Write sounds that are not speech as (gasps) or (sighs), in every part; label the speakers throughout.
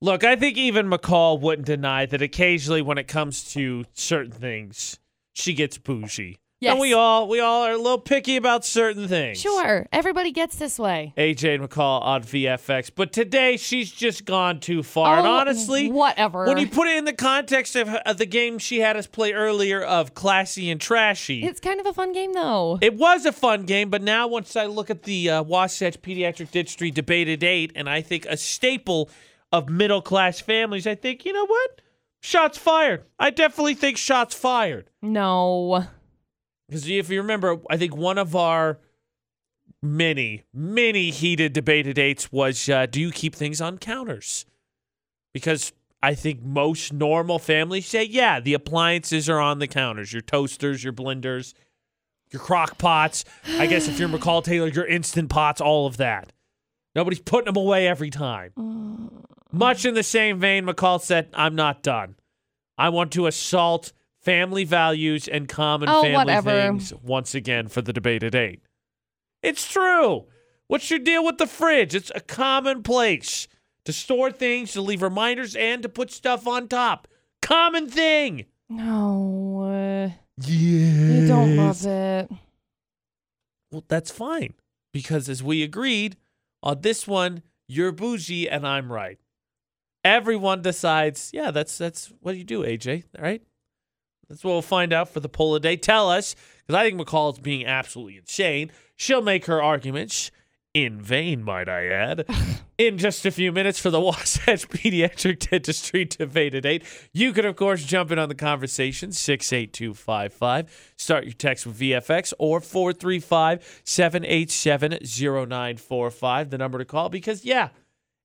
Speaker 1: Look, I think even McCall wouldn't deny that occasionally when it comes to certain things, she gets bougie.
Speaker 2: Yes.
Speaker 1: And we all we all are a little picky about certain things.
Speaker 2: Sure. Everybody gets this way.
Speaker 1: AJ and McCall on VFX. But today she's just gone too far. and
Speaker 2: Oh,
Speaker 1: honestly,
Speaker 2: whatever.
Speaker 1: when you put it in the context of, of the game she had us play earlier of classy and trashy,
Speaker 2: It's kind of a fun game, though.
Speaker 1: it was a fun game. But now once I look at the uh, Wasatch Pediatric Dentistry debated eight, and I think a staple of middle class families, I think you know what? Shots fired. I definitely think shots fired.
Speaker 2: No.
Speaker 1: Because if you remember, I think one of our many, many heated debate dates was uh, do you keep things on counters? Because I think most normal families say, yeah, the appliances are on the counters your toasters, your blenders, your crock pots. I guess if you're McCall Taylor, your instant pots, all of that. Nobody's putting them away every time.
Speaker 2: Mm,
Speaker 1: Much in the same vein, McCall said, I'm not done. I want to assault family values and common
Speaker 2: Oh,
Speaker 1: family
Speaker 2: whatever.
Speaker 1: things once again for the debate at eight. It's true. What's your deal with the fridge? It's a common place to store things, to leave reminders, and to put stuff on top. Common thing.
Speaker 2: No.
Speaker 1: Yeah.
Speaker 2: You don't love it.
Speaker 1: Well, that's fine. Because as we agreed on this one, you're bougie and I'm right. Everyone decides, yeah, that's that's what you do, AJ, right? That's what we'll find out for the poll today. Tell us, because I think McCall is being absolutely insane. She'll make her arguments in vain, might I add, in just a few minutes for the (laughs) Wasatch Pediatric Dentistry Debate at 8. You can, of course, jump in on the conversation, 68255. Start your text with VFX or 435 787 0945, the number to call, because, yeah,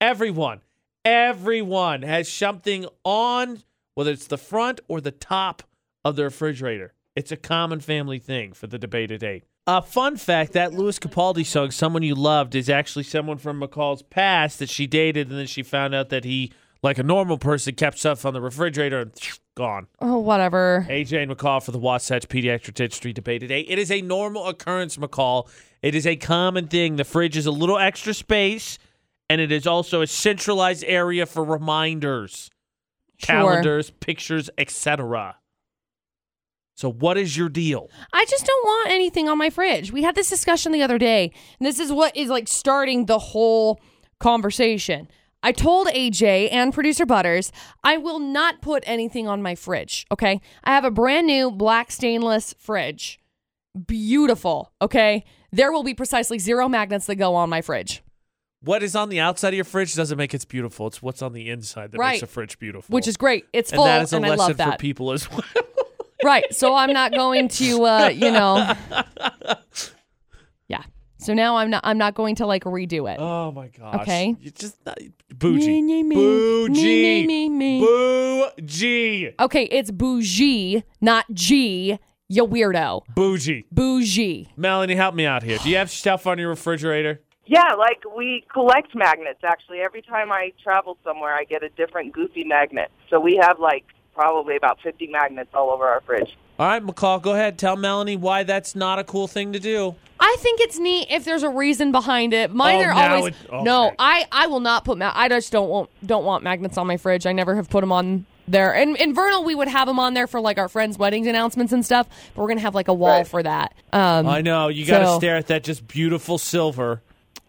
Speaker 1: everyone, everyone has something on, whether it's the front or the top of the refrigerator. It's a common family thing for the debate at eight. A fun fact that Louis Capaldi song, Someone You Loved, is actually someone from McCall's past that she dated, and then she found out that he, like a normal person, kept stuff on the refrigerator and (sniffs) gone.
Speaker 2: Oh, whatever.
Speaker 1: AJ and McCall for the Wasatch Pediatric Dentistry Debate today. It is a normal occurrence, McCall. It is a common thing. The fridge is a little extra space, and it is also a centralized area for reminders,
Speaker 2: Sure.
Speaker 1: calendars, pictures, etc. So, what is your deal?
Speaker 2: I just don't want anything on my fridge. We had this discussion the other day, and this is what is like starting the whole conversation. I told AJ and producer Butters, I will not put anything on my fridge, okay? I have a brand new black stainless fridge. Beautiful, okay? There will be precisely zero magnets that go on my fridge,
Speaker 1: What is on the outside of your fridge doesn't make it beautiful. It's what's on the inside that makes
Speaker 2: Right.
Speaker 1: a fridge beautiful.
Speaker 2: which is great. It's
Speaker 1: and
Speaker 2: full,
Speaker 1: that is a
Speaker 2: and I
Speaker 1: lesson
Speaker 2: love
Speaker 1: for
Speaker 2: that.
Speaker 1: people as well.
Speaker 2: (laughs)
Speaker 1: (laughs)
Speaker 2: right. So I'm not going to, uh,
Speaker 1: (laughs)
Speaker 2: you know, yeah. So now I'm not. I'm not going to like redo it.
Speaker 1: Oh my gosh.
Speaker 2: Okay.
Speaker 1: You just not, bougie.
Speaker 2: Me, me, me.
Speaker 1: Bougie.
Speaker 2: Me, me, me, me.
Speaker 1: Bougie.
Speaker 2: Okay, it's bougie, not G, you weirdo.
Speaker 1: Bougie.
Speaker 2: Bougie.
Speaker 1: Melanie, help me out here. Do you have stuff on your refrigerator?
Speaker 3: Yeah, like we collect magnets actually. Every time I travel somewhere, I get a different goofy magnet. So we have like probably about 50 magnets all over our fridge.
Speaker 1: All right, McCall, go ahead. Tell Melanie why that's not a cool thing to do.
Speaker 2: I think it's neat if there's a reason behind it. Mine
Speaker 1: Oh,
Speaker 2: are
Speaker 1: now
Speaker 2: always
Speaker 1: it- okay.
Speaker 2: no. I I will not put. Ma- I just don't want don't want magnets on my fridge. I never have put them on there. And in Vernal, we would have them on there for like our friends' weddings announcements and stuff. But we're gonna have like a wall
Speaker 3: Right.
Speaker 2: for that. Um,
Speaker 1: I know. You got to
Speaker 2: So-
Speaker 1: stare at that just beautiful silver.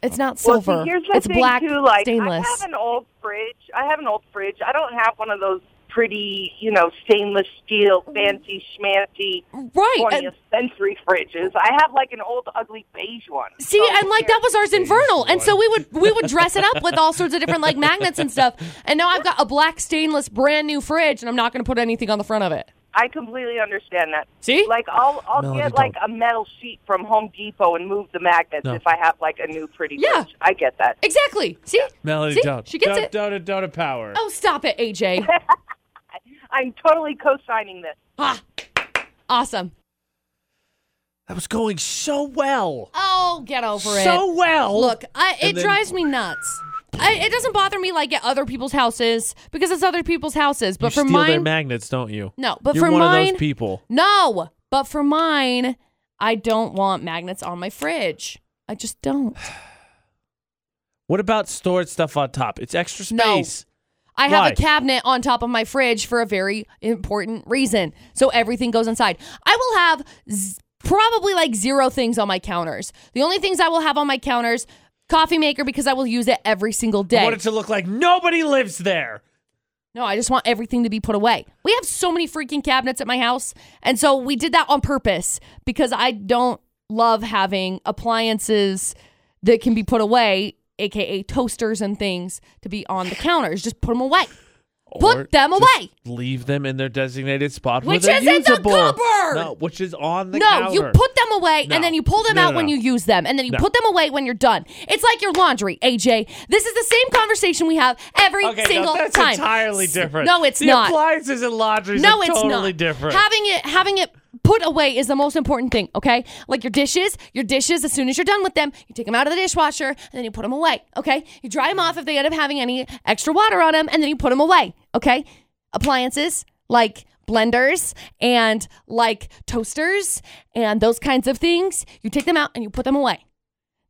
Speaker 2: it's not
Speaker 3: Well, see,
Speaker 2: silver.
Speaker 3: here's the
Speaker 2: it's
Speaker 3: thing
Speaker 2: black
Speaker 3: too. Like
Speaker 2: stainless.
Speaker 3: I have an old fridge. I have an old fridge. I don't have one of those pretty, you know, stainless steel, fancy schmancy
Speaker 2: right.
Speaker 3: 20th
Speaker 2: and-
Speaker 3: century fridges. I have like an old ugly beige one.
Speaker 2: See,
Speaker 1: Oh,
Speaker 3: So
Speaker 2: and like that was ours in Vernal, and so we would we would dress it up with all sorts of different like magnets and stuff. And now I've got a black stainless brand new fridge, and I'm not going to put anything on the front of it.
Speaker 3: I completely understand that.
Speaker 2: See?
Speaker 3: like I'll I'll
Speaker 1: No, they
Speaker 3: get like a metal sheet from Home Depot and move the magnets if I have like a new pretty
Speaker 2: Yeah.
Speaker 3: fridge. I get that.
Speaker 2: Exactly. See,
Speaker 1: Melanie,
Speaker 2: See?
Speaker 1: don't.
Speaker 2: She gets
Speaker 1: don't,
Speaker 2: it.
Speaker 1: Don't, don't, don't power.
Speaker 2: Oh, stop
Speaker 1: (laughs)
Speaker 2: it, AJ.
Speaker 3: I'm totally co-signing this.
Speaker 2: ah, awesome.
Speaker 1: That was going so well.
Speaker 2: Oh, get over it.
Speaker 1: So well.
Speaker 2: Look, I, it
Speaker 1: And then-
Speaker 2: drives me nuts. I, it doesn't bother me like at other people's houses because it's other people's houses. But
Speaker 1: you
Speaker 2: for
Speaker 1: steal their
Speaker 2: mine,
Speaker 1: magnets, don't you?
Speaker 2: no. But
Speaker 1: You're
Speaker 2: for
Speaker 1: one
Speaker 2: mine,
Speaker 1: of those people.
Speaker 2: no. But for mine, I don't want magnets on my fridge. I just don't.
Speaker 1: What about stored stuff on top? It's extra
Speaker 2: No.
Speaker 1: space.
Speaker 2: I have
Speaker 1: Why?
Speaker 2: a cabinet on top of my fridge for a very important reason. So everything goes inside. I will have z- probably like zero things on my counters. The only things I will have on my counters coffee maker because I will use it every single
Speaker 1: I
Speaker 2: day.
Speaker 1: want it to look like nobody lives there.
Speaker 2: No, I just want everything to be put away. We have so many freaking cabinets at my house. And so we did that on purpose because I don't love having appliances that can be put away, AKA toasters and things, to be on the counters. Just put them away. Put
Speaker 1: Or
Speaker 2: them
Speaker 1: just
Speaker 2: away.
Speaker 1: Leave them in their designated spot, where
Speaker 2: Which
Speaker 1: they're
Speaker 2: is in the
Speaker 1: usable.
Speaker 2: cupboard!
Speaker 1: No, which is on the
Speaker 2: no,
Speaker 1: counter.
Speaker 2: you put them away
Speaker 1: No.
Speaker 2: and then you pull them
Speaker 1: No,
Speaker 2: out
Speaker 1: no,
Speaker 2: when
Speaker 1: no.
Speaker 2: you use them and then you
Speaker 1: No.
Speaker 2: put them away when you're done. It's like your laundry, AJ. This is the same conversation we have every
Speaker 1: okay,
Speaker 2: single
Speaker 1: no, that's
Speaker 2: time.
Speaker 1: entirely
Speaker 2: S-
Speaker 1: different.
Speaker 2: No, it's
Speaker 1: the
Speaker 2: not.
Speaker 1: Appliances and laundries
Speaker 2: No,
Speaker 1: are
Speaker 2: it's
Speaker 1: totally
Speaker 2: not.
Speaker 1: different.
Speaker 2: Having it having it put away is the most important thing. Okay, like your dishes, your dishes. As soon as you're done with them, you take them out of the dishwasher and then you put them away. Okay, you dry them off if they end up having any extra water on them, and then you put them away. Okay, appliances like blenders and like toasters and those kinds of things, you take them out and you put them away.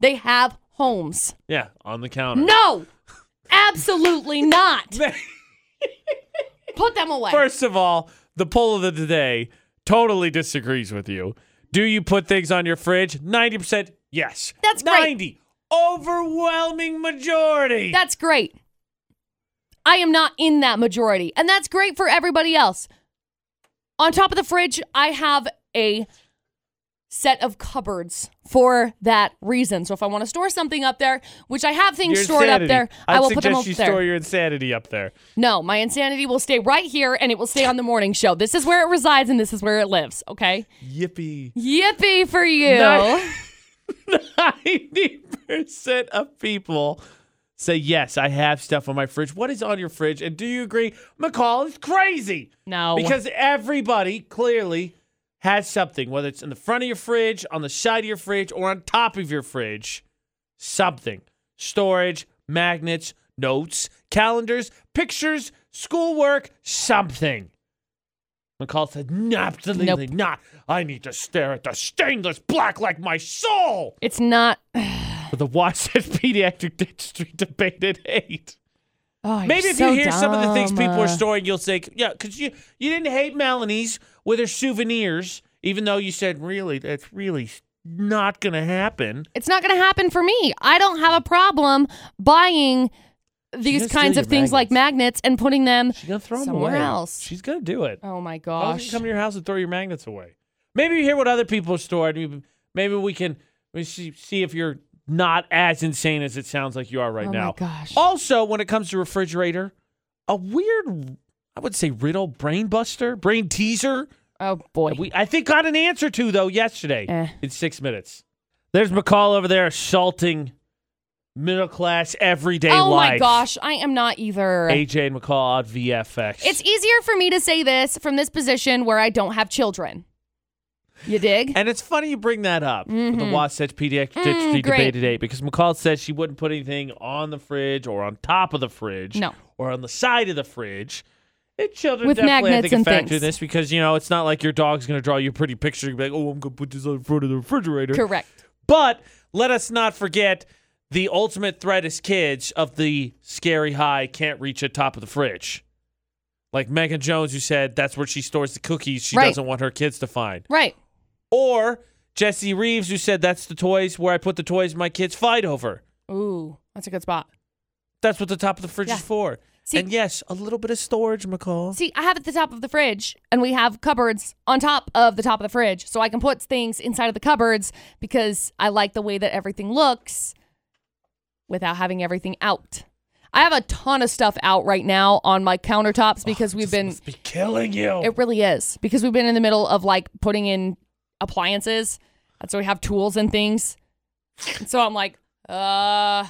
Speaker 2: They have homes.
Speaker 1: yeah, on the counter.
Speaker 2: No, absolutely not. Put them away.
Speaker 1: First of all, the poll of the day totally disagrees with you. Do you put things on your fridge? 90% yes.
Speaker 2: That's great.
Speaker 1: 90. Overwhelming majority.
Speaker 2: That's great. I am not in that majority, and that's great for everybody else. On top of the fridge, I have a set of cupboards for that reason. So if I want to store something up there, which I have things
Speaker 1: Your
Speaker 2: stored
Speaker 1: insanity.
Speaker 2: up there,
Speaker 1: I'd
Speaker 2: I will
Speaker 1: suggest
Speaker 2: put them up
Speaker 1: you
Speaker 2: there.
Speaker 1: store your insanity up there.
Speaker 2: no, my insanity will stay right here and it will stay on the morning show. This is where it resides and this is where it lives, okay?
Speaker 1: Yippee.
Speaker 2: Yippee for you.
Speaker 1: Nice. 90% of people say, yes, I have stuff on my fridge. What is on your fridge? And do you agree? McCall is crazy.
Speaker 2: No.
Speaker 1: Because everybody clearly has something, whether it's in the front of your fridge, on the side of your fridge, or on top of your fridge. Something. Storage, magnets, notes, calendars, pictures, schoolwork, something. McCall said, "No, absolutely not. I need to stare at the stainless black like my soul.
Speaker 2: it's not
Speaker 1: But the watch says (laughs) pediatric dentistry debated hate.
Speaker 2: Oh, you're
Speaker 1: Maybe if
Speaker 2: so
Speaker 1: you hear some of the things people are
Speaker 2: dumb.
Speaker 1: storing, you'll say, yeah, because you, you didn't hate Melanie's with her souvenirs, even though you said, really, that's really not going to happen.
Speaker 2: it's not going to happen for me. I don't have a problem buying
Speaker 1: gonna
Speaker 2: these
Speaker 1: steal
Speaker 2: kinds of
Speaker 1: your
Speaker 2: things like magnets and putting them.
Speaker 1: She's going to throw them
Speaker 2: Somewhere
Speaker 1: away.
Speaker 2: else.
Speaker 1: She's going to do it.
Speaker 2: Oh my
Speaker 1: Why don't you
Speaker 2: gosh.
Speaker 1: come to your house and throw your magnets away? Maybe you hear what other people store, and you- maybe we can we see see if you're not as insane as it sounds like you are right
Speaker 2: oh
Speaker 1: now.
Speaker 2: my gosh.
Speaker 1: Also, when it comes to refrigerator, a weird, I would say riddle, brain buster, brain teaser.
Speaker 2: Oh boy.
Speaker 1: We I think got an answer to though yesterday
Speaker 2: Eh.
Speaker 1: in six minutes. There's McCall over there assaulting middle class everyday
Speaker 2: oh
Speaker 1: life.
Speaker 2: my gosh. I am not either.
Speaker 1: AJ and McCall on VFX.
Speaker 2: It's easier for me to say this from this position where I don't have children. You dig?
Speaker 1: And it's funny you bring that up. with The Wasatch Pediatric Dentistry
Speaker 2: Mm-hmm. Mm, great.
Speaker 1: debate today because McCall says she wouldn't put anything on the fridge or on top of the fridge
Speaker 2: No.
Speaker 1: or on the side of the fridge. And children
Speaker 2: With
Speaker 1: definitely, I
Speaker 2: magnets
Speaker 1: think, a
Speaker 2: and
Speaker 1: factor in
Speaker 2: things.
Speaker 1: this because, you know, it's not like your dog's going to draw you a pretty picture and be like, oh, I'm going to put this on front of the refrigerator.
Speaker 2: Correct.
Speaker 1: But let us not forget the ultimate threat as kids of the scary high can't reach at top of the fridge. Like Megan Jones, who said that's where she stores the cookies she
Speaker 2: Right.
Speaker 1: doesn't want her kids to find.
Speaker 2: Right.
Speaker 1: Or Jesse Reeves, who said that's the toys where I put the toys my kids fight over.
Speaker 2: Ooh, that's a good spot.
Speaker 1: That's what the top of the fridge
Speaker 2: Yeah.
Speaker 1: is for.
Speaker 2: See-
Speaker 1: and yes, a little bit of storage, McCall.
Speaker 2: See, I have at the top of the fridge, and we have cupboards on top of the top of the fridge, so I can put things inside of the cupboards because I like the way that everything looks without having everything out. I have a ton of stuff out right now on my countertops because we've been.
Speaker 1: Must be killing you.
Speaker 2: It really is because we've been in the middle of like putting in appliances, and so we have tools and things. And so I'm like, uh,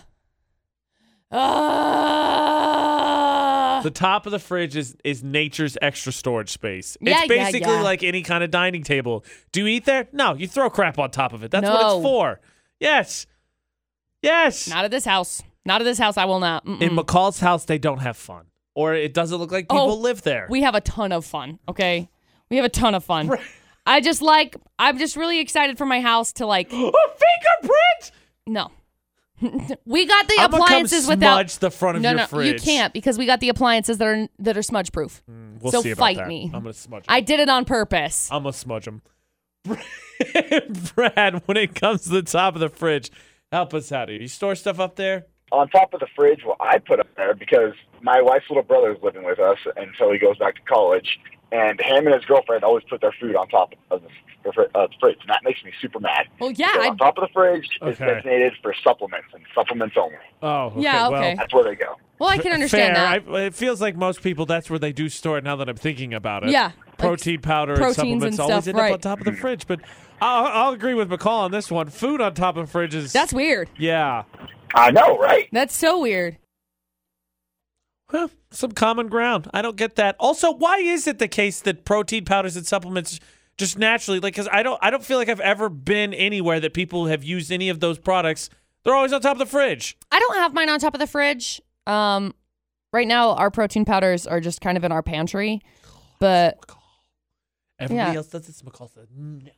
Speaker 2: uh.
Speaker 1: the top of the fridge is is nature's extra storage space.
Speaker 2: Yeah,
Speaker 1: it's
Speaker 2: yeah,
Speaker 1: basically
Speaker 2: yeah.
Speaker 1: like any kind of dining table. Do you eat there? No, you throw crap on top of it. That's what
Speaker 2: No.
Speaker 1: it's for. Yes. Yes.
Speaker 2: Not at this house. Not at this house. I will not. Mm-mm.
Speaker 1: In McCall's house, they don't have fun. Or it doesn't look like people
Speaker 2: Oh,
Speaker 1: live there. (gasps)
Speaker 2: we have a ton of fun. Okay, we have a ton of fun. I just like. I'm just really excited for my house to like.
Speaker 1: a fingerprint!
Speaker 2: No, (laughs) We got the
Speaker 1: I'm gonna come
Speaker 2: appliances without
Speaker 1: smudge the front of
Speaker 2: no,
Speaker 1: your
Speaker 2: no,
Speaker 1: fridge. Mm,
Speaker 2: you can't because we got the appliances that are that are smudge proof.
Speaker 1: We'll
Speaker 2: so
Speaker 1: see about
Speaker 2: fight
Speaker 1: that.
Speaker 2: me.
Speaker 1: I'm gonna Uh, smudge. 'em.
Speaker 2: I did it on purpose.
Speaker 1: I'm gonna smudge them. (laughs) Brad, when it comes to the top of the fridge, help us out here. You store stuff up there?
Speaker 4: on top of the fridge, what I put up there because my wife's little brother is living with us until he goes back to college. And him and his girlfriend always put their food on top of the, the, fri- uh, the fridge, and that makes me super mad.
Speaker 2: Well, yeah,
Speaker 4: So
Speaker 2: I-
Speaker 4: on top of the fridge is
Speaker 1: Okay.
Speaker 4: designated for supplements and supplements only.
Speaker 1: Oh, okay.
Speaker 2: Yeah,
Speaker 1: Well,
Speaker 2: okay.
Speaker 4: That's where they go.
Speaker 2: Well,
Speaker 1: (laughs)
Speaker 2: I can understand
Speaker 1: Fair.
Speaker 2: that.
Speaker 1: I, it feels like most people that's where they do store it. Now that I'm thinking about it,
Speaker 2: Yeah, like
Speaker 1: protein powder
Speaker 2: proteins
Speaker 1: and supplements
Speaker 2: and
Speaker 1: always
Speaker 2: stuff,
Speaker 1: end up
Speaker 2: right.
Speaker 1: on top of the fridge. But I'll, I'll agree with McCall on this one. Food on top of fridges.
Speaker 2: That's weird.
Speaker 1: yeah.
Speaker 4: I know, right?
Speaker 2: That's so weird.
Speaker 1: Well, some common ground. I don't get that. Also, why is it the case that protein powders and supplements just naturally like cuz I don't I don't feel like I've ever been anywhere that people have used any of those products. They're always on top of the fridge.
Speaker 2: I don't have mine on top of the fridge. Um, right now our protein powders are just kind of in our pantry, but
Speaker 1: Everybody
Speaker 2: Yeah.
Speaker 1: else does this. McCall said, "No."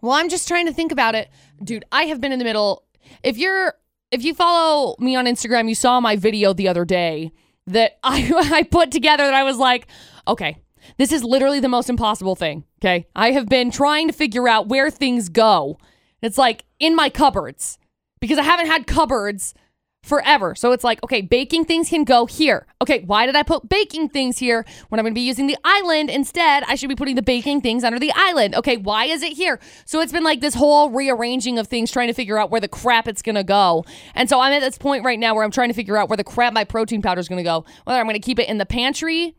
Speaker 2: Well, I'm just trying to think about it. Dude, I have been in the middle. If you're if you follow me on Instagram, you saw my video the other day that (laughs) I I put together that I was like, okay, this is literally the most impossible thing. Okay? I have been trying to figure out where things go. It's like in my cupboards because I haven't had cupboards forever. So it's like, okay, baking things can go here. Okay, why did I put baking things here when I'm going to be using the island instead? I should be putting the baking things under the island. Okay, why is it here? So it's been like this whole rearranging of things trying to figure out where the crap it's going to go. And so I'm at this point right now where I'm trying to figure out where the crap my protein powder is going to go. Whether I'm going to keep it in the pantry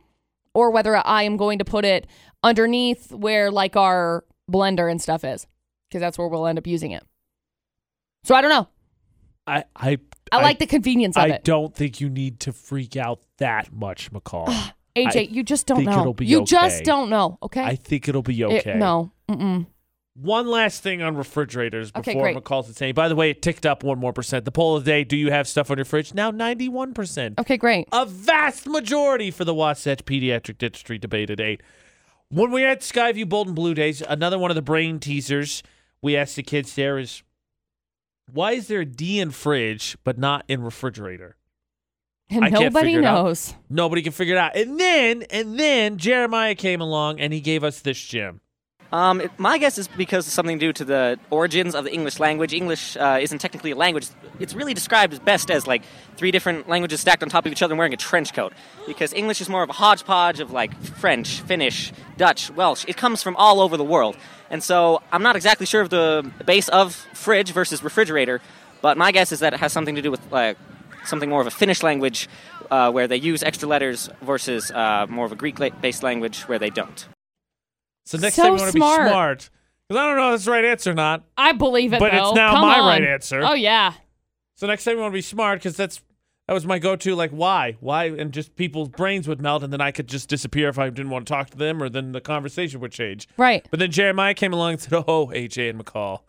Speaker 2: or whether I am going to put it underneath where like our blender and stuff is because that's where we'll end up using it. So I don't know.
Speaker 1: I I
Speaker 2: I, like the convenience of
Speaker 1: I
Speaker 2: it.
Speaker 1: don't think you need to freak out that much,
Speaker 2: (sighs)
Speaker 1: McCall.
Speaker 2: AJ,
Speaker 1: I
Speaker 2: you just don't
Speaker 1: think
Speaker 2: know.
Speaker 1: it'll be
Speaker 2: you
Speaker 1: okay.
Speaker 2: just don't know. Okay.
Speaker 1: I think it'll be
Speaker 2: It-
Speaker 1: okay.
Speaker 2: no. Mm-mm.
Speaker 1: One last thing on refrigerators
Speaker 2: Okay,
Speaker 1: before
Speaker 2: great.
Speaker 1: McCall's insane. By the way, it ticked up one more percent. The poll of the day: Do you have stuff on your fridge? Now ninety-one percent.
Speaker 2: Okay, great.
Speaker 1: a vast majority for the Wasatch Pediatric Dentistry Debate at 8. When we had Skyview Bold and Blue Days, another one of the brain teasers we asked the kids there is why is there a D in fridge but not in refrigerator?
Speaker 2: And
Speaker 1: I can't
Speaker 2: nobody
Speaker 1: figure it out.
Speaker 2: knows.
Speaker 1: Nobody can figure it out. And then, and then Jeremiah came along and he gave us this gem.
Speaker 5: Um, it- my guess is because it's something due to the origins of the English language. English uh, isn't technically a language. It's really described as best as like three different languages stacked on top of each other and wearing a trench coat. Because English is more of a hodgepodge of like French, Finnish, Dutch, Welsh. It comes from all over the world. And so I'm not exactly sure of the base of fridge versus refrigerator, but my guess is that it has something to do with like something more of a Finnish language uh, where they use extra letters versus uh, more of a Greek la- based language where they don't.
Speaker 1: So next
Speaker 2: So
Speaker 1: time you want to be
Speaker 2: smart.
Speaker 1: smart, because I don't know if that's the right answer or not.
Speaker 2: I believe it
Speaker 1: But it's
Speaker 2: though.
Speaker 1: now
Speaker 2: Come
Speaker 1: my
Speaker 2: on.
Speaker 1: right answer.
Speaker 2: Oh yeah.
Speaker 1: So next time you want to be smart, because that's that was my go-to. Like, why, why, and just people's brains would melt, and then I could just disappear if I didn't want to talk to them, or then the conversation would change.
Speaker 2: Right.
Speaker 1: But then Jeremiah came along and said, (laughs) "Oh, AJ and McCall,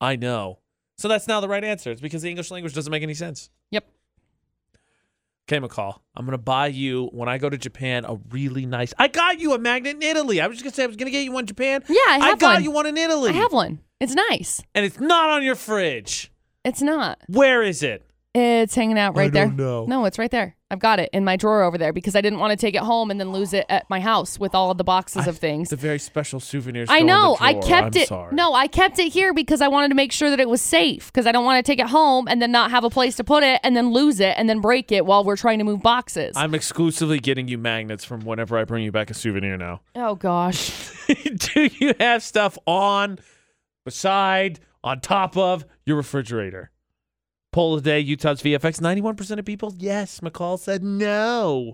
Speaker 1: I know." So that's now the right answer. It's because the English language doesn't make any sense.
Speaker 2: Yep.
Speaker 1: Okay, McCall, I'm gonna buy you when I go to Japan a really nice. I got you a magnet in Italy. I was just gonna say I was gonna get you one in Japan.
Speaker 2: Yeah, I have
Speaker 1: got
Speaker 2: one.
Speaker 1: you one in Italy.
Speaker 2: I have one. It's nice.
Speaker 1: and it's not on your fridge.
Speaker 2: It's not.
Speaker 1: Where is it?
Speaker 2: It's hanging out right there.
Speaker 1: don't know.
Speaker 2: No, it's right there. I've got it in my drawer over there because I didn't want to take it home and then lose it at my house with all of the
Speaker 1: (laughs)
Speaker 2: boxes of things.
Speaker 1: It's a very special souvenir.
Speaker 2: I
Speaker 1: store in the
Speaker 2: know. I
Speaker 1: drawer.
Speaker 2: kept
Speaker 1: I'm
Speaker 2: it.
Speaker 1: sorry.
Speaker 2: No, I kept it here because I wanted to make sure that it was safe because I don't want to take it home and then not have a place to put it and then lose it and then break it while we're trying to move boxes.
Speaker 1: I'm exclusively getting you magnets from whenever I bring you back a souvenir now.
Speaker 2: oh gosh.
Speaker 1: (laughs) Do you have stuff on, beside, on top of your refrigerator? Poll of the day, Utah's VFX. 91% of people, yes. McCall said no.